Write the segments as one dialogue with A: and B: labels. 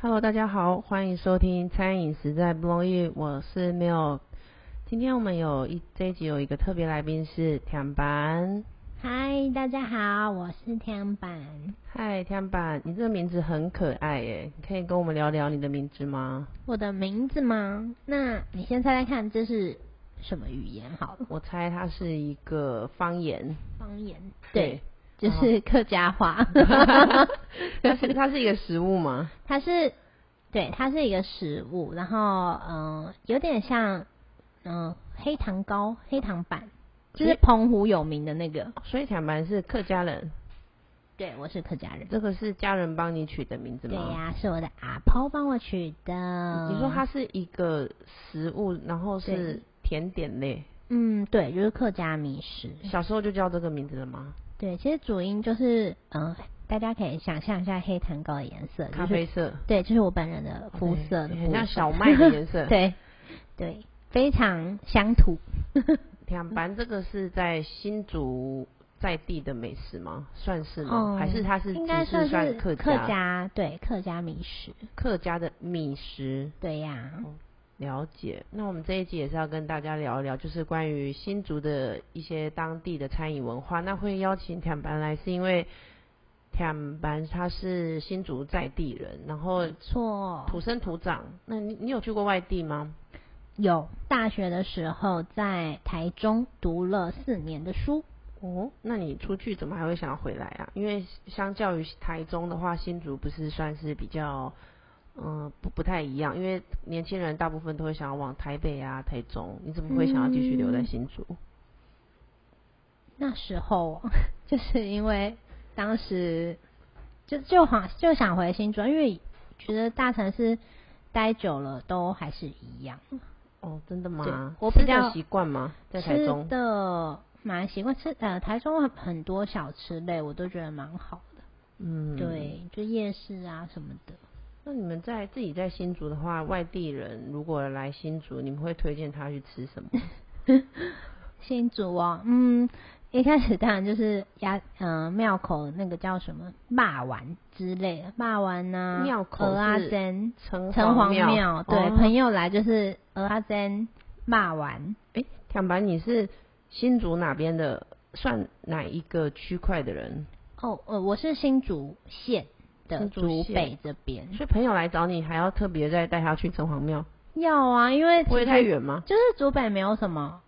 A: Hello，大家好，欢迎收听餐饮实在不容易，我是 Mil。今天我们有一这一集有一个特别来宾是田板。
B: 嗨，大家好，我是天板。
A: 嗨，田板，你这个名字很可爱耶，你可以跟我们聊聊你的名字吗？
B: 我的名字吗？那你先猜猜看，这是什么语言？好了，
A: 我猜它是一个方言。
B: 方言。对，哦就是客家话。
A: 它是它是一个食物吗？
B: 它是，对，它是一个食物，然后嗯、呃有点像嗯、呃黑糖糕、黑糖板，就是澎湖有名的那个。
A: 所以田板是客家人，
B: 对，我是客家人。
A: 这个是家人帮你取的名字
B: 对
A: 吗？
B: 呀、是我的阿婆帮我取的。
A: 你说它是一个食物，然后是
B: 对
A: 甜点类，
B: 嗯，对，就是客家米食。
A: 嗯小时候就叫这个名字了吗？
B: 对，其实主因就是，嗯、大家可以想象一下黑糖糕的颜色，
A: 咖
B: 就是
A: 啡色，
B: 对，就是我本人的肤色的
A: 对
B: 部
A: 很
B: 分
A: 像小麦的颜色。，
B: 对对，非常乡土。
A: 两板这个是在新竹在地的美食吗？算是吗？
B: 哦，
A: 还是它是
B: 应该
A: 只是
B: 是
A: 算客
B: 客
A: 家
B: 家对客家米食，
A: 客家的米食？
B: 对
A: 哦
B: 呀、
A: 了解。那我们这一集也是要跟大家聊一聊，就是关于新竹的一些当地的餐饮文化。那会邀请坦白来，是因为坦白他是新竹在地人，然后
B: 没错，
A: 土生土长。那你你有去过外地吗？
B: 有大学的时候在台中读了四年的书，
A: 哦，那你出去怎么还会想要回来啊？因为相较于台中的话，新竹不是算是比较，嗯、不不太一样。因为年轻人大部分都会想要往台北啊、台中，你怎么会想要继续留在新竹？
B: 嗯那时候 就是因为当时就就好就想回新竹，因为觉得大城市待久了都还是一样，
A: 哦，真的
B: 对
A: 吗？
B: 我
A: 吃
B: 比较
A: 的习惯吗？在台
B: 吃
A: 中，
B: 的蛮习惯吃呃台中很很多小吃类我都觉得蛮好的，
A: 嗯，。
B: 对，就夜市啊什么的。
A: 那你们在自己在新竹的话，外地人如果来新竹，你们会推荐他去吃什 么？
B: 新竹哦，嗯，一开始当然就是鸭，呃，庙口那个叫什么霸丸之类的，霸丸呐、啊，
A: 庙口
B: 蚵
A: 是
B: 仔煎、
A: 城
B: 城隍
A: 庙，
B: 庙，对，
A: 哦
B: 朋友来就是蚵仔煎、霸丸，
A: 坦白，你是新竹哪边的？算哪一个区块的人？
B: 哦，呃，我是新竹县的
A: 新竹
B: 竹
A: 县
B: 北这边，
A: 所以朋友来找你，还要特别再带他去城隍庙，
B: 要啊，因为
A: 不会
B: 其
A: 太
B: 实
A: 远吗？
B: 就是竹北没有什么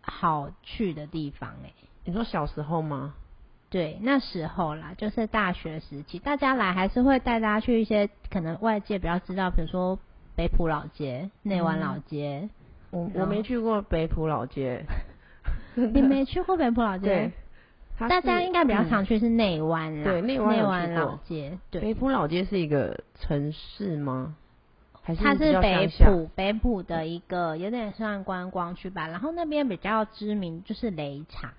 B: 好去的地方哎、
A: 你说小时候吗？
B: 对，那时候啦，就是大学时期，大家来还是会带大家去一些可能外界比较知道，比如说北浦老街、内湾老街。
A: 我
B: 没有
A: 我没去过北浦老 街，
B: 你没去过北浦老
A: 嗯对
B: 街？，
A: 它
B: 大
A: 是
B: 家应该比较
A: 嗯
B: 常去是内湾啦。
A: 对内湾有
B: 内
A: 去
B: 湾
A: 过
B: 老街，对，
A: 北浦老街是一个城市吗？还是
B: 它
A: 比
B: 是
A: 较
B: 北
A: 乡下
B: 浦北浦的一个有点算观光区吧。然后那边比较知名就是擂茶，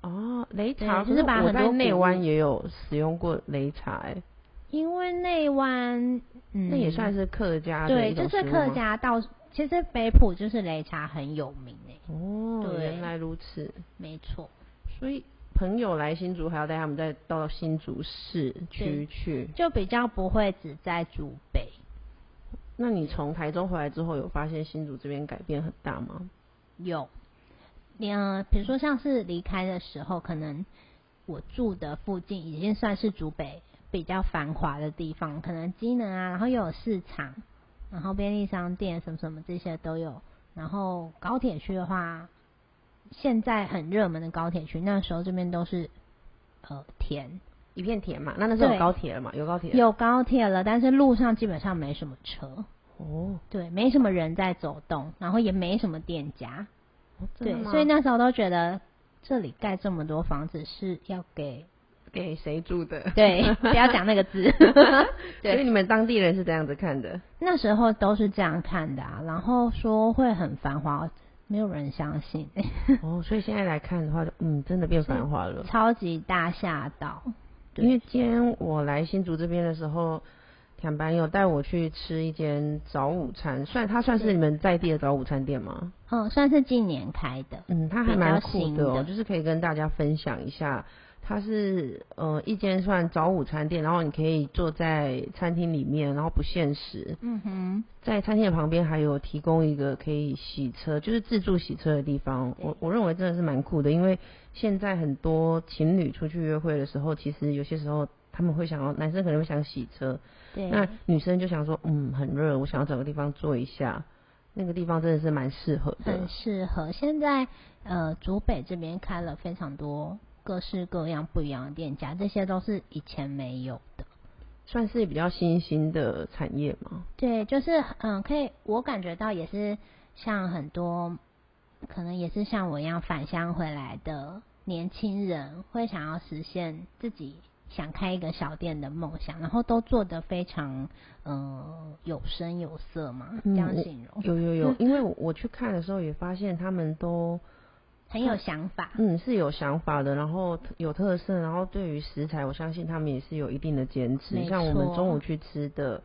A: 哦，擂茶可
B: 对就是把
A: 我
B: 很
A: 在
B: 多
A: 内
B: 古
A: 湾
B: 物
A: 也有使用过擂茶、欸，
B: 因为内湾嗯
A: 那也算是客家的
B: 对，
A: 一种
B: 就是
A: 食物
B: 客
A: 吗
B: 家到其实北浦就是擂茶很有名诶、
A: 哦，
B: 对
A: 原来如此。
B: 没错。
A: 所以朋友来新竹，还要带他们再到新竹市区
B: 对
A: 去。
B: 就比较不会只在竹北。
A: 那你从台中回来之后，有发现新竹这边改变很大吗？
B: 有，嗯，比如说像是离开的时候，可能我住的附近已经算是竹北比较繁华的地方，可能机能啊，然后又有市场，然后便利商店什么什么这些都有。然后高铁区的话，现在很热门的高铁区，那时候这边都是呃田，
A: 一片田嘛，那那时候有
B: 对
A: 高铁了嘛，有高铁了。
B: 有高铁了，但是路上基本上没什么车，
A: 哦，
B: 对，没什么人在走动，然后也没什么店家。
A: 哦真的
B: 对，
A: 吗
B: 所以那时候都觉得这里盖这么多房子是要给
A: 给谁住的？
B: 对，不要讲那个字。对
A: 所以你们当地人是这样子看的。
B: 那时候都是这样看的啊，然后说会很繁华，没有人 相信，
A: 哦，所以现在来看的话，就嗯，真的变繁华了。
B: 超级大吓到。对
A: 因为今天我来新竹这边的时候，坦白有带我去吃一间早午餐，算它算是你们在地的早午餐店吗？
B: 嗯，算是近年开的，
A: 嗯，它还
B: 比
A: 蛮
B: 较
A: 酷
B: 新
A: 的哦，
B: 的
A: 就是可以跟大家分享一下它是呃一间算早午餐店，然后你可以坐在餐厅里面，然后不限时，
B: 嗯哼，
A: 在餐厅的旁边还有提供一个可以洗车，就是自助洗车的地方。我我认为真的是蛮酷的，因为现在很多情侣出去约会的时候，其实有些时候他们会想要，男生可能会想洗车，
B: 对，
A: 那女生就想说，嗯，很热，我想要找个地方坐一下。那个地方真的是蛮适合的
B: 很，适合。现在呃，竹北这边开了非常多各式各样不一样的店家，这些都是以前没有的。
A: 算是比较新兴的产业嘛。
B: 对，就是嗯，可以，我感觉到也是像很多，可能也是像我一样返乡回来的年轻人，会想要实现自己想开一个小店的梦想，然后都做得非常嗯有声有色嘛，这
A: 嗯
B: 样
A: 我
B: 形容，
A: 有有有，因为我我去看的时候也发现他们都
B: 很有想法。
A: 嗯是有想法的，然后有特色，然后对于食材，我相信他们也是有一定的坚持。
B: 没
A: 像我们
B: 错
A: 中午去吃的，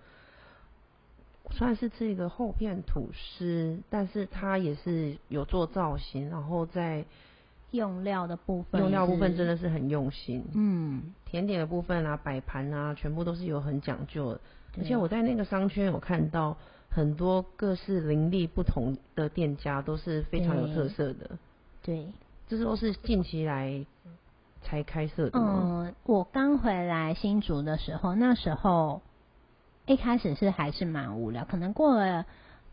A: 算是吃一个厚片吐司，但是它也是有做造型，然后在
B: 用料的部分，
A: 用料部分真，的是很用心。
B: 嗯，
A: 甜点的部分啊，摆盘啊，全部都是有很讲究的。而且
B: 对啊
A: 我在那个商圈有看到很多各式林立不同的店家，都是非常有特色
B: 嗯
A: 的。
B: 对，
A: 这都是近期来才开设的吗？
B: 嗯，我刚回来新竹的时候，那时候一开始是还是蛮无聊，可能过了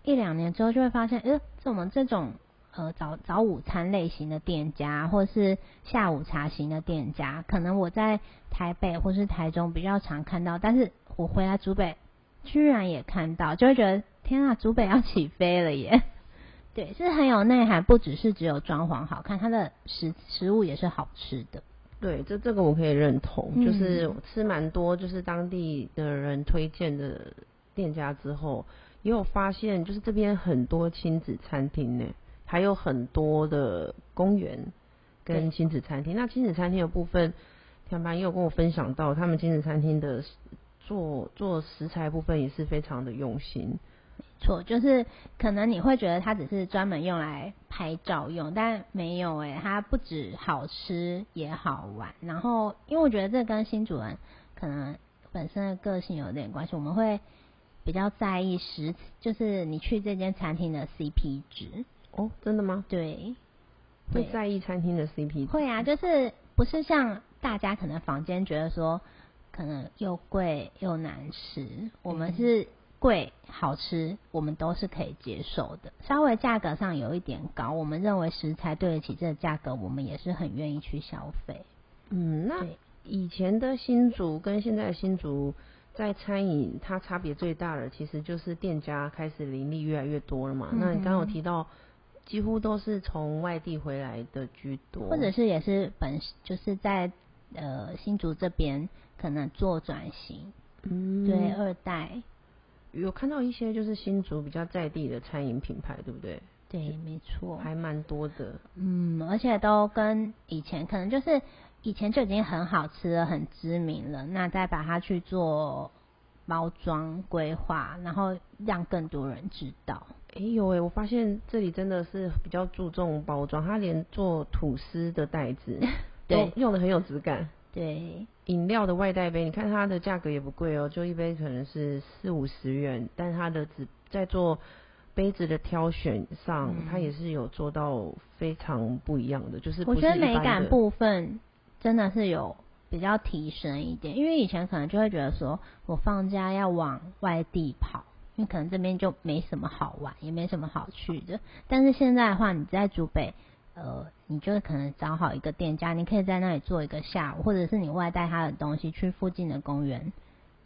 B: 一两年之后，就会发现，呃，怎么这种呃早早午餐类型的店家，或是下午茶型的店家，可能我在台北或是台中比较常看到，但是我回来竹北居然也看到，就会觉得天啊，竹北要起飞了耶！对，是很有内涵，不只是只有装潢好看，它的食食物也是好吃的。
A: 对，这这个我可以认同，
B: 嗯
A: 就是吃蛮多，就是当地的人推荐的店家之后，也有发现，就是这边很多亲子餐厅呢，还有很多的公园跟
B: 对
A: 亲子餐厅。那亲子餐厅的部分，田凡也有跟我分享到，他们亲子餐厅的做做食材部分也是非常的用心。
B: 错，就是可能你会觉得它只是专门用来拍照用，但没有诶、它不止好吃也好玩。然后，因为我觉得这跟新主人可能本身的个性有点关系，我们会比较在意食，就是你去这间餐厅的 CP 值。
A: 哦，真的吗？
B: 对，
A: 会
B: 对
A: 在意餐厅的 CP 值
B: 会啊，就是不是像大家可能房间觉得说，可能又贵又难吃，我们是贵好吃，我们都是可以接受的。稍微价格上有一点高，我们认为食材对得起这个价格，我们也是很愿意去消费。
A: 嗯，那
B: 对
A: 以前的新竹跟现在的新竹在餐饮，它差别最大的其实就是店家开始林立越来越多了嘛。那你刚刚有
B: 嗯哼
A: 提到，几乎都是从外地回来的居多，
B: 或者是也是本就是在呃新竹这边可能做转型，
A: 嗯，
B: 对二代，
A: 有看到一些就是新竹比较在地的餐饮品牌，对不对？
B: 对，没错，
A: 还蛮多的。
B: 嗯，而且都跟以前可能就是以前就已经很好吃了，很知名了，那再把它去做包装规划，然后让更多人知道。
A: 哎、有哎、我发现这里真的是比较注重包装，它连做吐司的袋子都
B: 对
A: 用的很有质感。
B: 对，
A: 饮料的外带杯，你看它的价格也不贵哦，就一杯可能是四五十元，但它的只在做杯子的挑选上，
B: 嗯
A: 它也是有做到非常不一样的，就是
B: 我
A: 不
B: 觉
A: 是
B: 得
A: 一
B: 美
A: 般
B: 感
A: 的，
B: 部分真的是有比较提升一点，因为以前可能就会觉得说我放假要往外地跑。因为可能这边就没什么好玩，也没什么好去的。但是现在的话，你在竹北，呃，你就可能找好一个店家，你可以在那里做一个下午，或者是你外带他的东西去附近的公园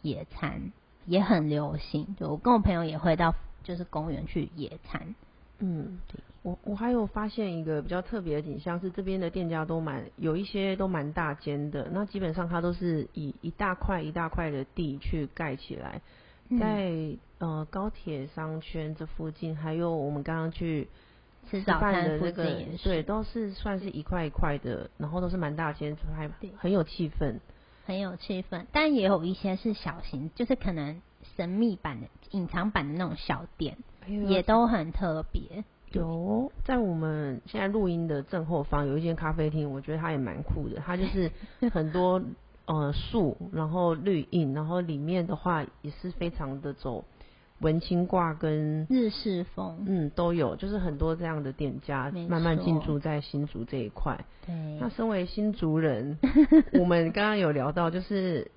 B: 野餐，也很流行。对我跟我朋友也会到就是公园去野餐，
A: 嗯
B: 对。
A: 我我还有发现一个比较特别的景象是，这边的店家都蛮有一些都蛮大间的，那基本上它都是以一大块一大块的地去盖起来，
B: 嗯、
A: 在呃高铁商圈这附近，还有我们刚刚去
B: 吃
A: 吃
B: 早
A: 饭
B: 餐
A: 的
B: 附
A: 那
B: 近
A: 个
B: 也是，
A: 对，都是算是一块一块的，然后都是蛮大间，还
B: 对
A: 很有气氛。
B: 很有气氛，但也有一些是小型，就是可哎
A: 嗯
B: 能神秘版的、隐藏版的那种小店，也都很特别。
A: 有，在我们现在录音的正后方有一间咖啡厅，我觉得它也蛮酷的。它就是 很多呃树，然后绿荫，然后里面的话也是非常的走文青挂跟
B: 日式风，
A: 嗯都有，就是很多这样的店家
B: 没
A: 慢慢进
B: 错
A: 驻在新竹这一块。
B: 对
A: 那，身为新族人，我们刚刚有聊到，就是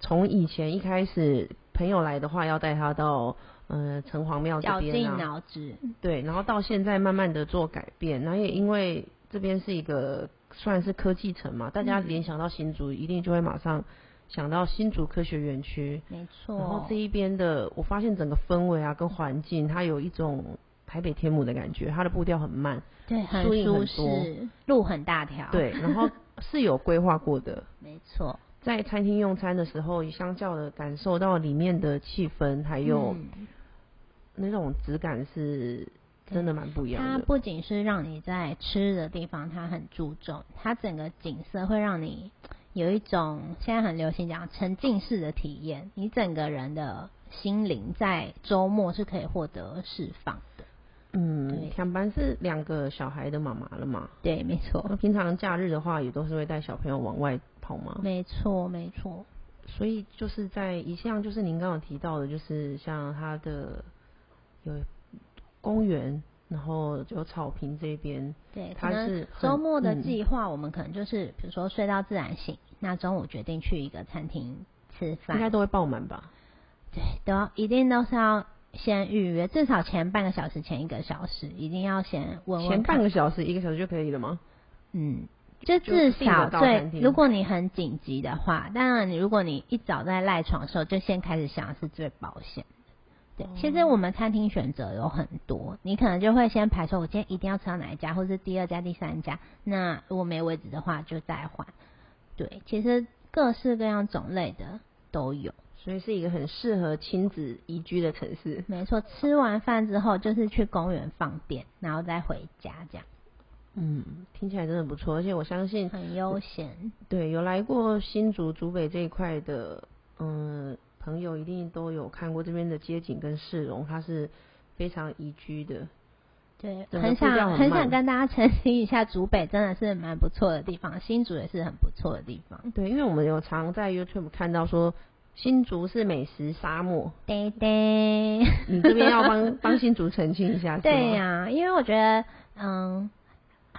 A: 从以前一开始，朋友来的话要带他到呃城隍庙这
B: 绞
A: 边
B: 尽
A: 啊，
B: 脑汁，
A: 对，然后到现在慢慢的做改变，然后也因为这边是一个算是科技城嘛，大家
B: 嗯
A: 联想到新竹，一定就会马上想到新竹科学园区，
B: 没
A: 然后
B: 错
A: 这，一边的，我发现整个氛围啊跟环境，它有一种台北天母的感觉，它的步调很慢，
B: 对，很
A: 树荫
B: 舒
A: 很多
B: 适，路很大条，，
A: 对，然后是有规划过的，
B: 没错，
A: 在餐厅用餐的时候，也相较的感受到里面的气氛，还有
B: 嗯
A: 那种质感是真的蛮不一
B: 它
A: 样的。
B: 不仅是让你在吃的地方，它很注重，它整个景色会让你有一种现在很流行讲沉浸式的体验，你整个人的心灵在周末是可以获得释放的。对
A: 嗯，强班是两个小孩的妈妈了嘛？
B: 对，没错，
A: 那平常假日的话，也都是会带小朋友往外跑嘛。
B: 没错，没错，
A: 所以就是在一项就是您刚刚有提到的，就是像它的有公园，然后有草坪这边，
B: 对，可
A: 它
B: 能
A: 是很
B: 周末的
A: 嗯
B: 计划，我们可能就是比如说睡到自然醒，那中午决定去一个餐厅吃
A: 应该
B: 饭，
A: 都会爆满吧？
B: 都要一定都是要先预约，至少前半个小时、前一个小时一定要先问问
A: 前半
B: 看
A: 个小时、一个小时就可以了吗？
B: 嗯，就
A: 就
B: 至
A: 定得
B: 少
A: 到
B: 对
A: 餐，厅
B: 如果你很紧急的话，当然你如果你一早在赖床的时候就先开始想是最保险的。
A: 哦
B: 对，其实我们餐厅选择有很多，你可能就会先排说，我今天一定要吃到哪一家，或是第二家、第三家。那如果没位置的话，就再换。对，其实各式各样种类的都有。
A: 所以是一个很适合亲子宜居的城市。
B: 没错，吃完饭之后就是去公园放电，然后再回家，这样
A: 嗯，听起来真的不错，而且我相信，
B: 很悠闲。
A: 对有来过新竹、竹北这一块的，嗯，朋友一定都有看过这边的街景跟市容，它是非常宜居的。
B: 对，
A: 整个
B: 很
A: 步调
B: 想
A: 很
B: 很
A: 慢
B: 想跟大家 澄清一下，竹北真的是蛮不错的地方，新竹也是很不错的地方。
A: 对，因为我们有常在 YouTube 看到说。新竹是美食沙漠，
B: 对对，
A: 你这边要 帮帮新竹澄清一 下，是吗
B: 对、呀、因为我觉得，嗯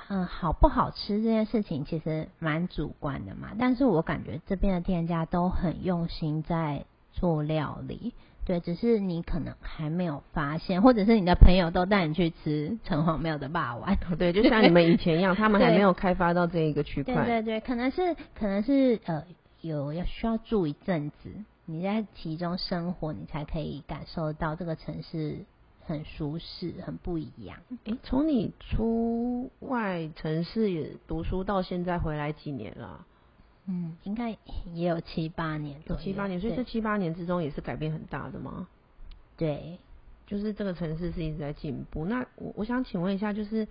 B: 嗯，好不好吃这件事情其实蛮主观的嘛，但是我感觉这边的店家都很用心在做料理。对，只是你可能还没有发现，或者是你的朋友都带你去吃城隍庙的霸王。
A: 对，就像你们以前一样，他们还
B: 对
A: 没有开发到这一个区块，
B: 对对对，可能是可能是呃有要需要住一阵子，你在其中生活，你才可以感受到这个城市很舒适，很不一样。
A: 诶，从你出外城市读书到现在回来几年了啊、
B: 嗯，应该也有七八年
A: 有
B: 左右，
A: 七八年，所以这
B: 对
A: 七八年之中也是改变很大的嘛。
B: 对
A: 就是这个城市是一直在进步。那我我想请问一下，就是，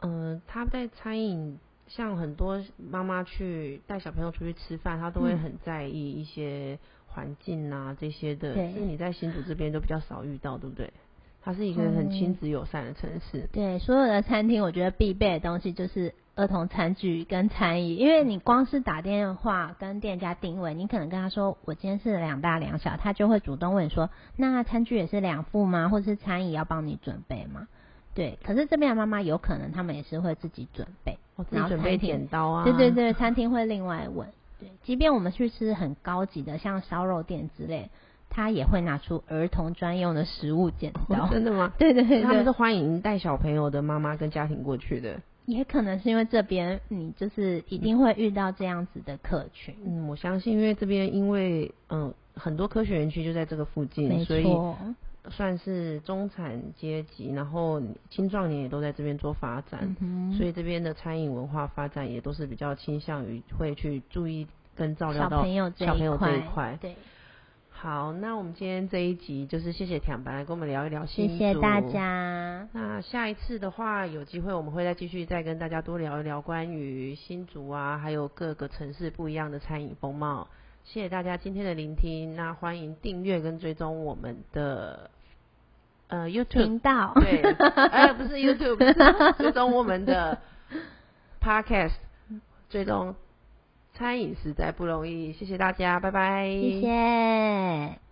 A: 嗯、他在餐饮，像很多妈妈去带小朋友出去吃饭，她都会
B: 嗯
A: 很在意一些环境啊这些的，
B: 对
A: 是你在新竹这边都比较少遇到，对不对？它是一个很亲子友善的城市。
B: 对，所有的餐厅我觉得必备的东西就是。儿童餐具跟餐椅，因为你光是打电话跟店家定位，你可能跟他说我今天是两大两小，他就会主动问你说那餐具也是两副吗？或者是餐椅要帮你准备吗？对，可是这边的妈妈有可能他们也是会自己准备，
A: 我哦自
B: 然
A: 己
B: 后
A: 准备
B: 餐厅
A: 剪刀啊，
B: 对对对，餐厅会另外问。对，即便我们去吃很高级的，像烧肉店之类，他也会拿出儿童专用的食物剪刀。
A: 真的吗？
B: 对对对
A: 他们是
B: 对，
A: 欢迎带小朋友的妈妈跟家庭过去的。
B: 也可能是因为这边你就是一定会遇到这样子的客群，
A: 嗯，我相信，因为这边因为嗯很多科学园区就在这个附近，
B: 没
A: 嗯所以
B: 错，
A: 算是中产阶级，然后青壮年也都在这边做发展，
B: 嗯
A: 所
B: 以
A: 以这边的餐饮文化发展也都是比较倾向于会去注意跟照料
B: 小
A: 到
B: 朋友这
A: 小朋友这一
B: 一
A: 块。
B: 对，
A: 好，那我们今天这一集就是谢谢坦白来跟我们聊一聊新
B: 谢谢
A: 竹
B: 大家，
A: 那下一次的话，有机会我们会再继续再跟大家多聊一聊关于新竹啊，还有各个城市不一样的餐饮风貌。谢谢大家今天的聆听，那欢迎订阅跟追踪我们的呃 YouTube
B: 频道，
A: 对，哎、不是 YouTube，追踪我们 的 Podcast，追踪餐饮实在不容易，谢谢大家，拜拜，
B: 谢谢。